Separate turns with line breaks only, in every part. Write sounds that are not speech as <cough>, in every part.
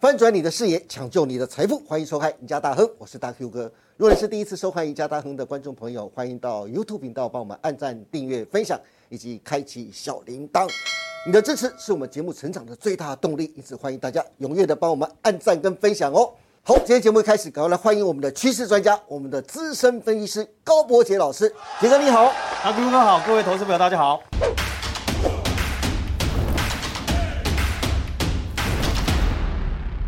翻转你的视野，抢救你的财富，欢迎收看《赢家大亨》，我是大 Q 哥。如果你是第一次收看《赢家大亨》的观众朋友，欢迎到 YouTube 频道帮我们按赞、订阅、分享以及开启小铃铛。你的支持是我们节目成长的最大动力，因此欢迎大家踊跃的帮我们按赞跟分享哦。好，今天节目一开始，赶快来欢迎我们的趋势专家，我们的资深分析师高博杰老师。杰哥你好，
阿姑啊哥好，各位投资朋友大家好。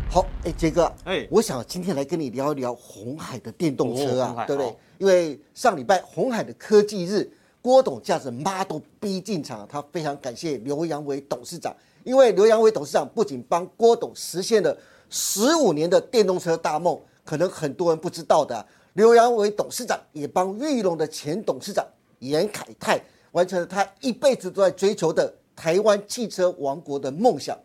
好，哎，杰哥，哎
哎，
我想今天来跟你聊一聊红海的电动车
哦
啊
红，海
对不对
好？
因为上礼拜红海的科技日，郭董驾着 Model B 进场，他非常感谢刘扬伟董事长，因为刘扬伟董事长不仅帮郭董实现了十五年的电动车大梦，可能很多人不知道的啊、刘扬伟董事长也帮玉龙的前董事长严凯泰完成了他一辈子都在追求的台湾汽车王国的梦想。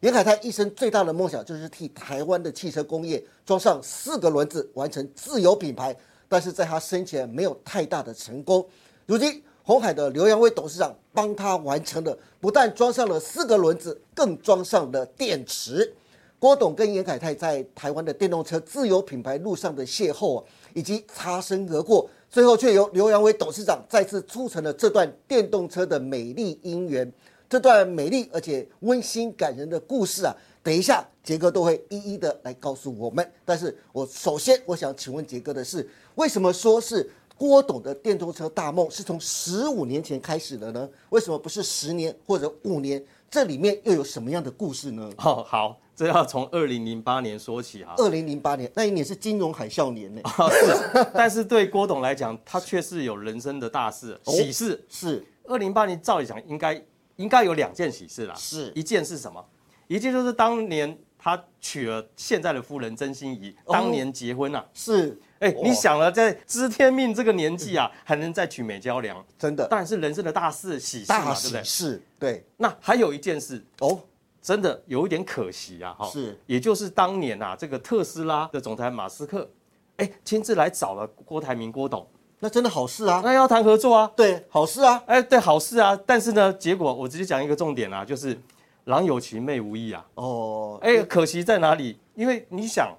严凯泰一生最大的梦想就是替台湾的汽车工业装上四个轮子，完成自有品牌。但是在他生前没有太大的成功。如今，红海的刘扬威董事长帮他完成了，不但装上了四个轮子，更装上了电池。郭董跟严凯泰在台湾的电动车自有品牌路上的邂逅、啊，以及擦身而过，最后却由刘扬伟董事长再次促成了这段电动车的美丽姻缘。这段美丽而且温馨感人的故事啊，等一下杰哥都会一一的来告诉我们。但是我首先我想请问杰哥的是，为什么说是郭董的电动车大梦是从十五年前开始的呢？为什么不是十年或者五年？这里面又有什么样的故事呢？
哦，好，这要从二零零八年说起哈。
二零零八年那一年是金融海啸年呢、
啊是但是对郭董来讲，他却是有人生的大事
哦
喜事。
是
二零八年照理讲应该应该有两件喜事啦，
是
一件是什么？一件就是当年他娶了现在的夫人曾心怡，
哦
当年结婚啊。
是，
哎、
哇
你想了，在知天命这个年纪啊，还能再娶美娇娘，
真的
当然是人生的大事喜事
大
嘛，对不
喜
对？
事，对
那还有一件事，
哦，
真的有一点可惜啊，哈，
是，
也就是当年啊，这个特斯拉的总裁马斯克，哎，亲自来找了郭台铭郭董，
那真的好事啊，
那要谈合作啊，
对，好事啊，
哎，对，好事啊，但是呢，结果我直接讲一个重点啊，就是郎有情妹无意啊，
哦，
哎，可惜在哪里？因为你想，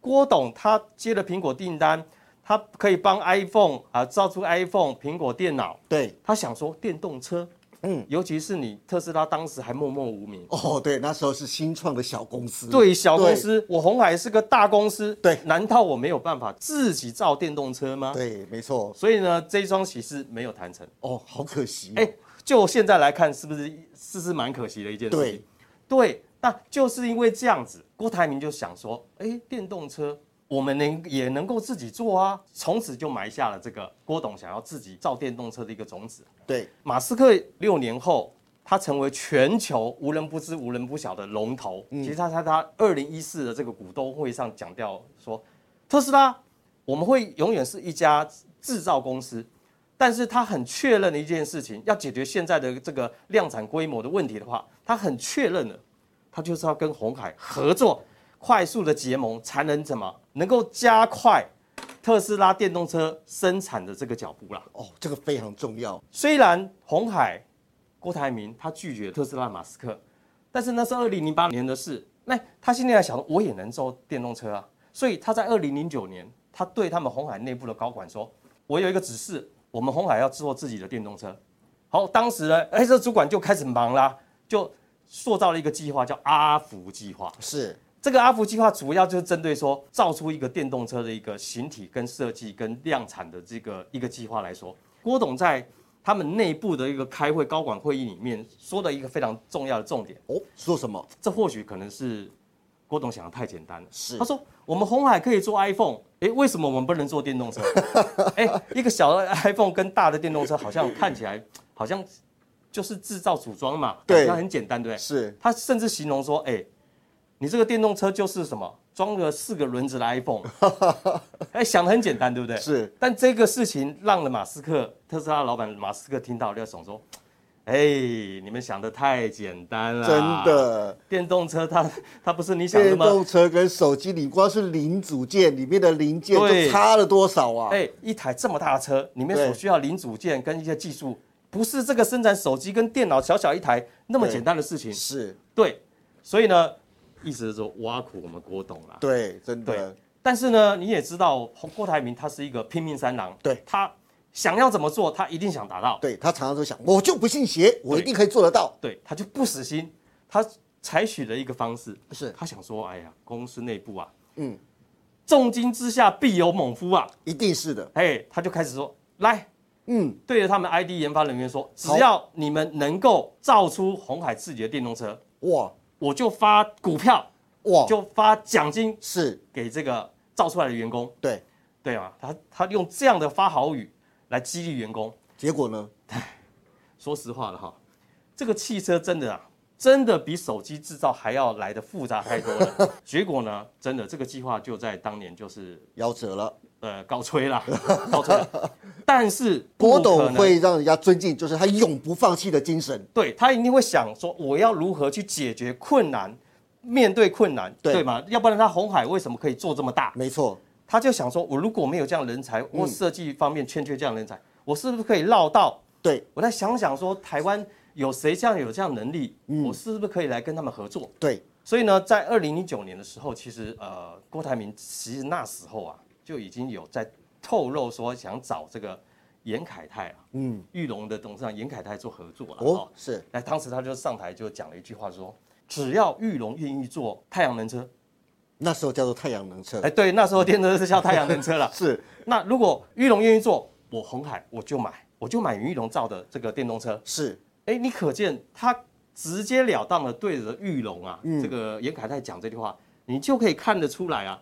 郭董他接了苹果订单，他可以帮 iPhone 啊造出 iPhone、苹果电脑，
对，
他想说电动车，
嗯
嗯，尤其是你特斯拉当时还默默无名。
哦，对，那时候是新创的小公司，
嗯对小公司，我红海是个大公司，
对
难道我没有办法自己造电动车吗？
对，没错，
所以呢，这一桩喜事没有谈成。
哦，好可惜，
哎、就现在来看，是不是是是蛮可惜的一件事情
对？
对，那就是因为这样子，郭台铭就想说，哎、电动车我们能也能够自己做啊，从此就埋下了这个郭董想要自己造电动车的一个种子。
对，
马斯克六年后，他成为全球无人不知、无人不晓的龙头。其实他他他二零一四的这个股东会上讲掉说，特斯拉我们会永远是一家制造公司，但是他很确认的一件事情，要解决现在的这个量产规模的问题的话，他很确认了，他就是要跟红海合作，快速的结盟，才能怎么能够加快特斯拉电动车生产的这个脚步啦。
哦，这个非常重要，
虽然红海郭台铭他拒绝特斯拉马斯克，但是那是二零零八年的事。那他现在在想，我也能做电动车啊，所以他在二零零九年，他对他们红海内部的高管说：“我有一个指示，我们红海要做自己的电动车。”好，当时呢，哎，这主管就开始忙啦，就塑造了一个计划，叫阿福计划。
是，
这个阿福计划主要就是针对说造出一个电动车的一个形体跟设计跟量产的这个一个计划来说，郭董在他们内部的一个开会高管会议里面说的一个非常重要的重点，
哦，说什么？
这或许可能是郭董想的太简单了。
是
他说我们红海可以做 iPhone，诶，为什么我们不能做电动
<laughs>
车？诶，一个小的 iPhone 跟大的电动车好像看起来好像就是制造组装嘛，
对
好像很简单，对不对？
是，
他甚至形容说：“哎、你这个电动车就是什么装了四个轮子的
<laughs>
iPhone。”哎、想的很简单，对不对？
是。
但这个事情让了马斯克，特斯拉老板马斯克听到，就想说：“哎、你们想的太简单了，
真，的，
电动车它它不是你啊想的那
电
么……
动车跟手机，你光是零组件里面的零件
对
就差了多少啊？
哎、一台这么大的车里面
对
所需要零组件跟一些技术，不是这个生产手机跟电脑小小一台那么
对
简单的事情。”
是，
对，所以呢，意思是说挖苦我们郭董啦。
对，真的
对，但是呢，你也知道洪郭台铭他是一个拼命三郎，
对
他想要怎么做，他一定想达到，
对他常常都想，我就不信邪，我一定可以做得到。
对，他就不死心，他采取了一个方式，
是
他想说，哎呀，公司内部啊，
嗯，
重金之下必有猛夫啊，
一定是的，
哎，他就开始说，来
嗯，
对着他们 ID 研发人员说，只
好
要你们能够造出红海自己的电动车，
哇
我就发股票，
哇，
就发奖金
是
给这个造出来的员工。
对，
对啊，他他用这样的发好语来激励员工。
结果呢？
说实话了哈，这个汽车真的啊，真的比手机制造还要来的复杂太多了。结果呢，真的这个计划就在当年就是
夭折了。
呃告吹啦，告吹了。但是不
郭
可
董
能
会让人家尊敬，就是他永不放弃的精神。
对他一定会想说，我要如何去解决困难，面对困难，
对
对吗？要不然他红海为什么可以做这么大？
没错，
他就想说，我如果没有这样的人才，
嗯
我设计方面欠缺这样的人才，我是不是可以绕道？
对
我在想想说，台湾有谁这样有这样能力，我是不是可以来跟他们合作？
对，
所以呢，在二零零九年的时候，其实呃，郭台铭其实那时候啊，就已经有在透露说想找这个严凯泰啊，
嗯，
玉龙的董事长严凯泰做合作了哦
哦，是
那当时他就上台就讲了一句话说，只要玉龙愿意做太阳能车，
那时候叫做太阳能车。
哎，，对，那时候电动车是叫太阳能车了 <laughs>
是
那如果玉龙愿意做，我红海我就买，我就买云玉龙造的这个电动车。
是，
哎，你可见他直截了当的对着玉龙啊，
嗯
这个严凯泰讲这句话，你就可以看得出来啊，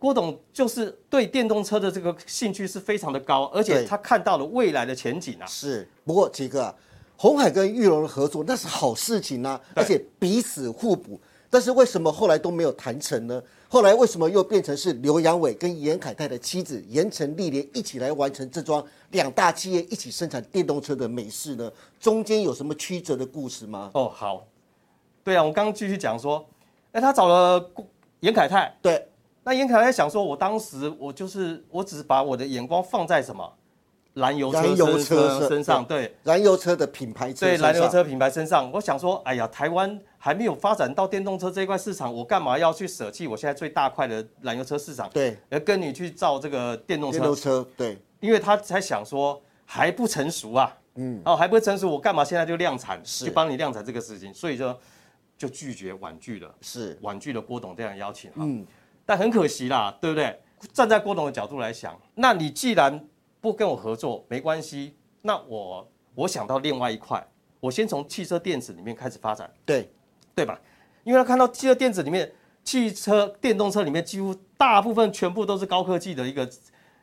郭董就是对电动车的这个兴趣是非常的高，而且
对
他看到了未来的前景啊。
是，不过奇哥啊，红海跟玉龙的合作那是好事情呐、
对
而且彼此互补。但是为什么后来都没有谈成呢？后来为什么又变成是刘阳伟跟严凯泰的妻子严陈丽莲一起来完成这桩两大企业一起生产电动车的美事呢？中间有什么曲折的故事吗？
哦，好，对啊，我刚刚继续讲说，哎，他找了郭严凯泰，
对，
那严凯泰想说，我当时我就是我只把我的眼光放在什么燃油车
燃油
身
车
身身上，对
燃油车的品牌车
对，
身
燃油
上
车品牌身上。我想说，哎呀，台湾还没有发展到电动车这一块市场，我干嘛要去舍弃我现在最大块的燃油车市场，
对
而跟你去造这个电动
电
车
动？车对
因为他才想说还不成熟啊，嗯，哦还不成熟，我干嘛现在就量产，
是
就帮你量产这个事情，所以就就拒绝婉拒了。
是
婉拒了郭董这样的邀请哈。但很可惜啦，对不对？站在郭董的角度来想，那你既然不跟我合作，没关系，那我我想到另外一块，我先从汽车电子里面开始发展，
对
对吧？因为他看到汽车电子里面，汽车电动车里面几乎大部分全部都是高科技的一个，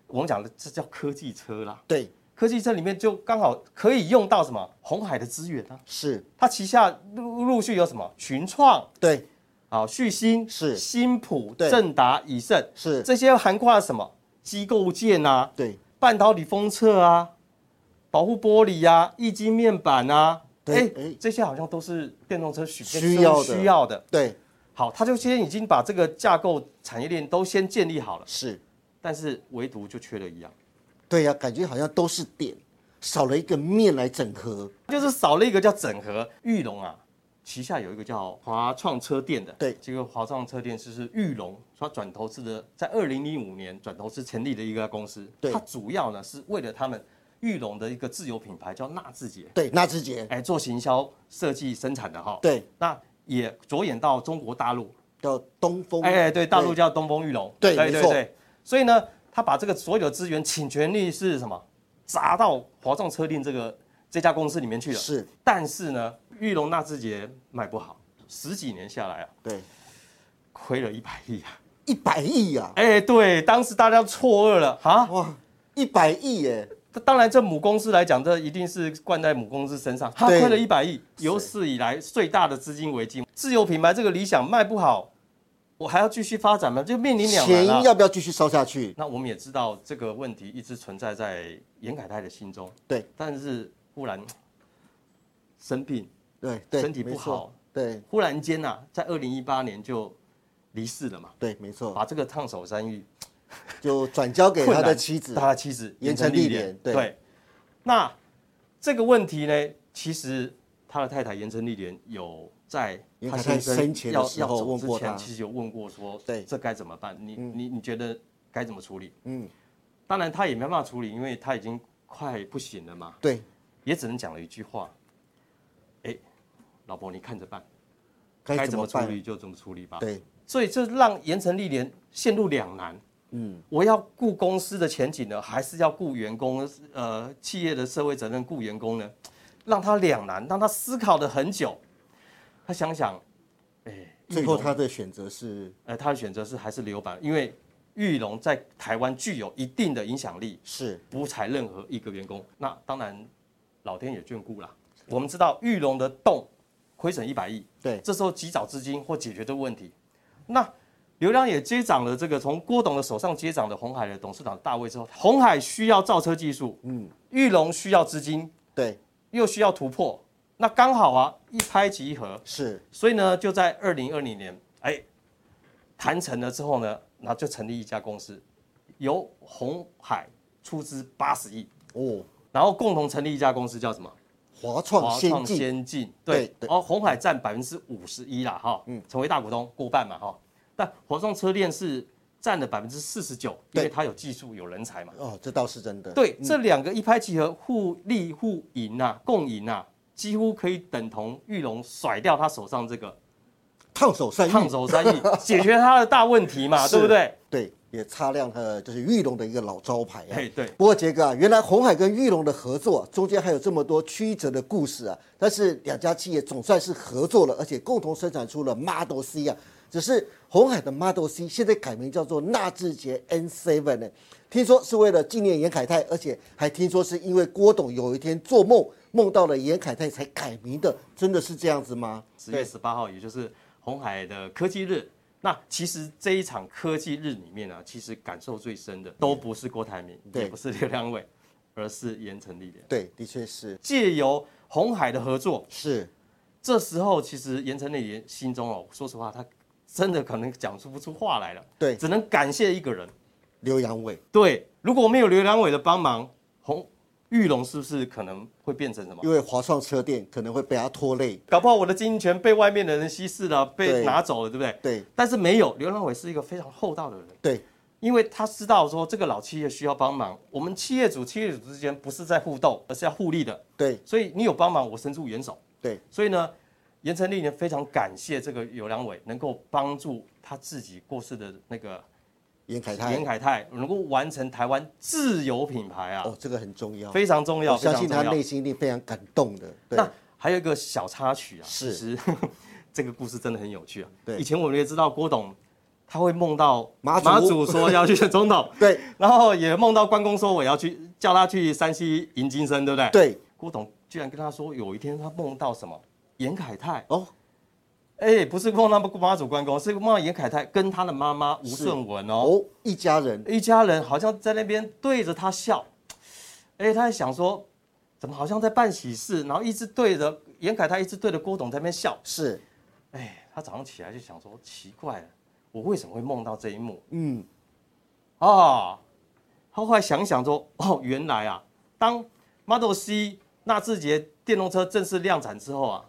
我们讲的这叫科技车啦。
对
科技车里面就刚好可以用到什么红海的资源啊，
是，
它旗下陆陆续有什么群创、
对
啊，旭星
是
新普、
对
正达、以盛
是，
这些涵盖了什么？机构件啊，
对
半导体封测啊，保护玻璃啊，液晶面板啊，
对
哎
哎
这些好像都是电动车需
需要的
需要的。
对
好，他就先已经把这个架构产业链都先建立好了，
是，
但是唯独就缺了一样，
对呀、感觉好像都是点，少了一个面来整合。
就是少了一个叫整合。玉龙啊，旗下有一个叫华创车店的，
对
这个华创车店就是玉龙他转投资的，在二零零五年转投资成立的一个公司，
对
它主要呢是为了他们玉龙的一个自有品牌叫纳智捷，
对，纳智捷，
哎，做行销设计生产的哈，，
对，
那也着眼到中国大陆，
叫东风。
哎，对，大陆叫东风玉龙，
对
对
没
对
错
对，所以呢，他把这个所有的资源请全力是什么，砸到华创车店这个这家公司里面去了，
是，
但是呢，玉龙纳智捷卖不好，十几年下来啊，
对，
亏了一百亿啊。
一百亿呀、
哎、对，当时大家错愕了啊！
哇，一百亿耶，
当然，这母公司来讲，这一定是灌在母公司身上，它
对
亏了一百亿，有史以来最大的资金危机。自有品牌这个理想卖不好，我还要继续发展吗？就面临两
钱
难了、
要不要继续烧下去？
那我们也知道这个问题一直存在在严凯泰的心中，
对，
但是忽然生病，
对对，
身体
没
不
错
好，
对
忽然间呐、啊在二零一八年就离世了嘛，
对，没错，
把这个烫手山芋
就转交给
困
他
难
的妻子。
他的妻子
严城丽莲对
那这个问题呢，其实他的太太严城丽莲有在
严
他
凯泰
先生
生前的
要
时
要
候
走
问
之
过
前，
他
其实有问过说，
对
这该怎么办？你你你觉得该怎么处理？
嗯，
当然他也没办法处理，因为他已经快不行了嘛，
对，
也只能讲了一句话，哎，老婆你看着办，
该
怎
怎么
处
办？
理啊就怎么处理吧。
对，
所以这让盐城历年陷入两难。嗯，我要顾公司的前景呢，还是要顾员工？呃，企业的社会责任顾员工呢，让他两难，让他思考了很久。他想想，哎、
最
玉
后
龙
他的选择是
呃，他的选择是还是留板，因为玉龙在台湾具有一定的影响力，
是
不裁任何一个员工。那当然，老天也眷顾啦。我们知道玉龙的洞亏损一百亿，
对，
这时候及早资金或解决这个问题。那刘良也接掌了这个从郭董的手上接掌的红海的董事长大卫之后，红海需要造车技术，嗯，玉龙需要资金，
对，
又需要突破，那刚好啊，一拍即合。
是
所以呢，就在二零二零年，哎，谈成了之后呢，然后就成立一家公司，由红海出资八十亿，
哦，
然后共同成立一家公司，叫什么？
华创先
哦创
进
先进，
对
对，
对嗯
然后红海占百分之五十一啦，哈，成为大股东过半嘛，哈。但华创车链是占了百分之四十九，因
对
为它有技术有人才嘛。
哦，这倒是真的，
对，这两个一拍即合，互利互赢啊，共赢啊，几乎可以等同玉龙甩掉他手上这个
烫手山芋，啊
烫手山
<laughs>
芋，解决他的大问题嘛，
是
对不对？
对，也擦亮了就是玉龙的一个老招牌啊
嘿。对，
不过杰哥啊，原来红海跟玉龙的合作啊中间还有这么多曲折的故事啊，但是两家企业总算是合作了，而且共同生产出了 Model C 啊。只是红海的 Model C 现在改名叫做纳智捷 N7 呢，听说是为了纪念严凯泰，而且还听说是因为郭董有一天做梦梦到了严凯泰才改名的，真的是这样子吗？
十月十八号，也就是红海的科技日。那其实这一场科技日里面呢、啊其实感受最深的都不是郭台铭，
对
也不是刘良伟，而是严城立联。
对，的确是
借由红海的合作，
是
这时候其实严城立联心中哦，说实话，他真的可能讲出不出话来了。
对
只能感谢一个人。
刘阳伟，
对，如果没有刘良伟的帮忙，红玉龙是不是可能会变成什么？
因为华创车店可能会被他拖累，
搞不好我的经营权被外面的人稀释了，
对
被拿走了，对不对？
对
但是没有，刘良伟是一个非常厚道的人，
对
因为他知道说这个老企业需要帮忙，我们企业主、企业主之间不是在互斗，而是要互利的。
对
所以你有帮忙，我伸出援手。
对，
所以呢，严成立呢非常感谢这个刘良伟能够帮助他自己过世的那个
严凯泰
严凯泰，能够完成台湾自有品牌啊，
哦，这个很重要，
非常重要，
我相信
非常
他
重要
内心一定非常感动的。对
那还有一个小插曲啊，
是
其实 <laughs> 这个故事真的很有趣啊。
对
以前我们也知道郭董他会梦到
马祖，
祖说要去选总统 <laughs>
对
然后也梦到关公说我要去叫他去山西迎金生，对不对？。
对
郭董居然跟他说，有一天他梦到什么严凯泰，
哦，
哎，不是梦到马祖关公，是梦到严凯泰跟他的妈妈吴顺文哦，
哦，一家人
一家人好像在那边对着他笑，哎，他在想说，怎么好像在办喜事，然后一直对着严凯泰，一直对着郭董在那边笑。
是
哎，他早上起来就想说，奇怪了，我为什么会梦到这一幕
嗯
啊？他后来想一想说，哦，原来啊，当 Model C 纳智捷电动车正式量产之后啊，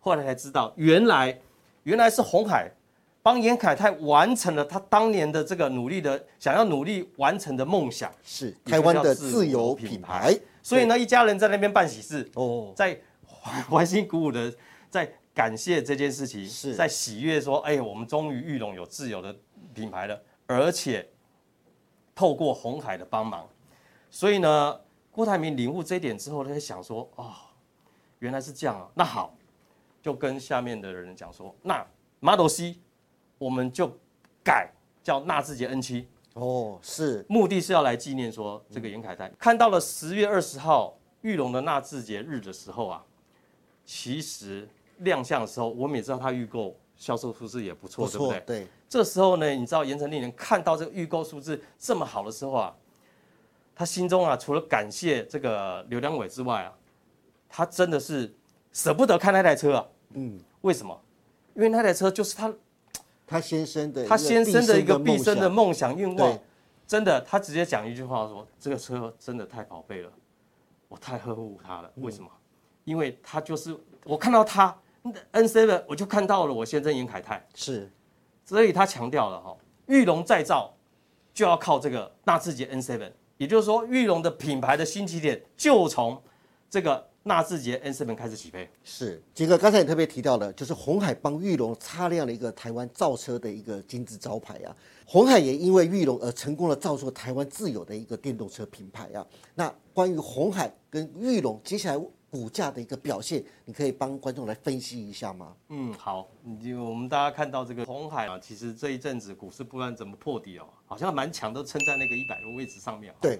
后来才知道，原来原来是红海帮严凯泰完成了他当年的这个努力的想要努力完成的梦想，
是
也
台湾
就叫
的
自
自
由
由
品
品
牌
牌
所以呢，一家人在那边办喜事，
哦，
在 <laughs> 欢欢欣鼓舞的在感谢这件事情，
是
在喜悦说，哎，我们终于玉龙有自有的品牌了，而且透过红海的帮忙，所以呢，郭台铭领悟这一点之后，他在想说，哦，原来是这样啊，那好，就跟下面的人讲说，那 Model C 我们就改叫纳智捷 N 七，
哦是
目的是要来纪念说这个严凯泰。
嗯
看到了十月二十号玉龙的纳智捷日的时候啊，其实亮相的时候，我们也知道它预购销售数字也
不
不错，对不
错
对？
对
这时候呢，你知道盐城令人看到这个预购数字这么好的时候啊，他心中啊除了感谢这个刘良伟之外啊，他真的是舍不得看那台车啊。
嗯，
为什么？因为那台车就是他
他先生的
他先生的一个毕生的
梦
梦想愿
对
望，真的，他直接讲一句话说：“这个车真的太嗯宝贝了，我太呵护它了。为什么？因为他就是我看到他， N seven 我就看到了我先生严凯泰，
是
所以他强调了哈、玉龙再造就要靠这个纳智捷 N seven，也就是说玉龙的品牌的新起点就从这个纳智捷 N seven 开始起飞。
是，杰哥，刚才你特别提到了，就是红海帮玉龙擦亮了一个台湾造车的一个金字招牌啊。红海也因为玉龙而成功的造出台湾自有的一个电动车品牌啊。那关于红海跟玉龙接下来股价的一个表现，你可以帮观众来分析一下吗？
嗯，好，你就我们大家看到这个红海啊，其实这一阵子股市不断怎么破底哦，好像蛮强，都撑在那个一百的位置上面、哦。
对，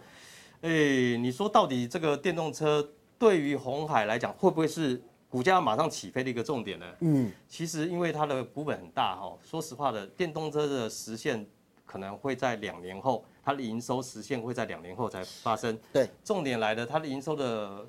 哎，你说到底这个电动车对于红海来讲，会不会是股价马上起飞的一个重点呢？
嗯，
其实因为它的股本很大哈、哦，说实话的，电动车的实现可能会在两年后，它的营收实现会在两年后才发生。
对，
重点来了，它的营收的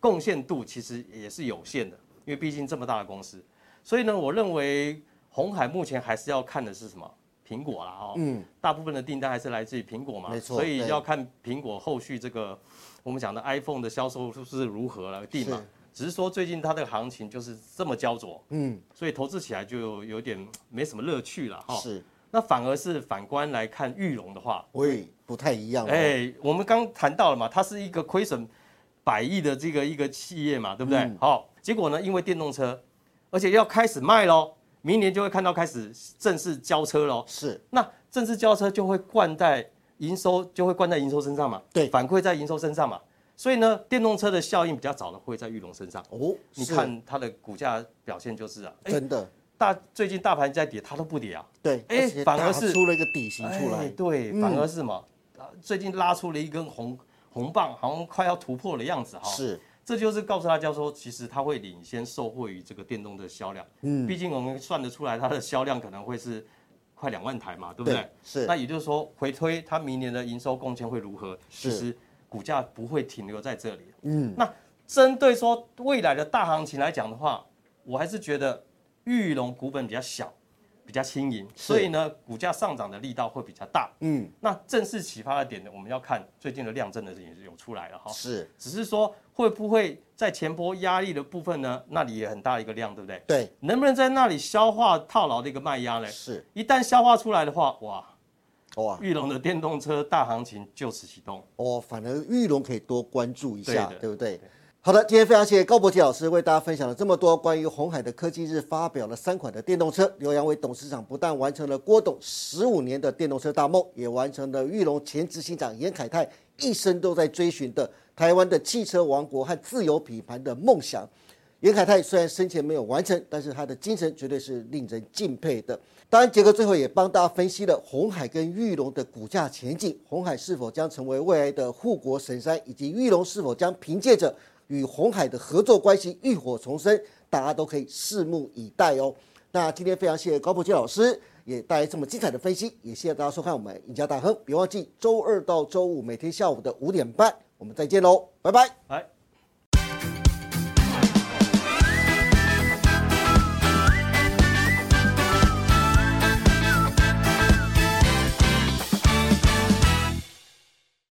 贡献度其实也是有限的，因为毕竟这么大的公司，所以呢，我认为红海目前还是要看的是什么？苹果啦哦，
嗯，
大部分的订单还是来自于苹果嘛，
没错
所以
对
要看苹果后续这个我们讲的 iPhone 的销售是如何来定嘛
是。
只是说最近它的行情就是这么焦灼，
嗯，
所以投资起来就有点嗯没什么乐趣了哈。
是，
那反而是反观来看玉龙的话，
喂，不太一样、哦。
哎、我们刚谈到了嘛，它是一个亏损百亿的这个一个企业嘛，对不对？
嗯
好、结果呢，因为电动车，而且要开始卖喽，明年就会看到开始正式交车喽。
是
那正式交车就会灌在营收，就会灌在营收身上嘛，
对
反馈在营收身上嘛。所以呢，电动车的效应比较早的会在玉龙身上。
哦，
你
是
看它的股价表现就是啊，哎、
真的
大最近大盘在跌，它都不跌啊，
对，
哎
而且
反而
打
是
出了一个底型出来。嗯
哎对，反而是什么？啊最近拉出了一根红红棒，好像快要突破的样子哈。
是
这就是告诉大家说，其实它会领先受惠于这个电动的销量。嗯，毕竟我们算得出来，它的销量可能会是快两万台嘛，对不对？
对是
那也就是说，回推它明年的营收贡献会如何？
是
其实股价不会停留在这里。
嗯，
那针对说未来的大行情来讲的话，我还是觉得玉龙股本比较小，比较轻盈，
是
所以呢，股价上涨的力道会比较大。
嗯，
那正式启发的点呢，我们要看最近的量证的也是有出来了哈。
是，
只是说会不会在前波压力的部分呢？那里也很大一个量，对不对？
对，
能不能在那里消化套牢的一个卖压呢？
是
一旦消化出来的话，哇，
哇。
玉龙的电动车大行情就此启动。
哦，反而玉龙可以多关注一下
对，的
对不对？好的，今天非常谢谢高博奇老师为大家分享了这么多关于红海的科技日发表了三款的电动车。刘扬伟董事长不但完成了郭董十五年的电动车大梦，也完成了玉龙前执行长严凯泰一生都在追寻的台湾的汽车王国和自由品牌的梦想。严凯泰虽然生前没有完成，但是他的精神绝对是令人敬佩的。当然，杰哥最后也帮大家分析了红海跟玉龙的股价前景，红海是否将成为未来的护国神山，以及玉龙是否将凭借着与红海的合作关系浴火重生，大家都可以拭目以待哦。那今天非常谢谢高博基老师，也带来这么精彩的分析，也谢谢大家收看我们赢家大亨。别忘记周二到周五每天下午的五点半，我们再见喽，拜拜。
来，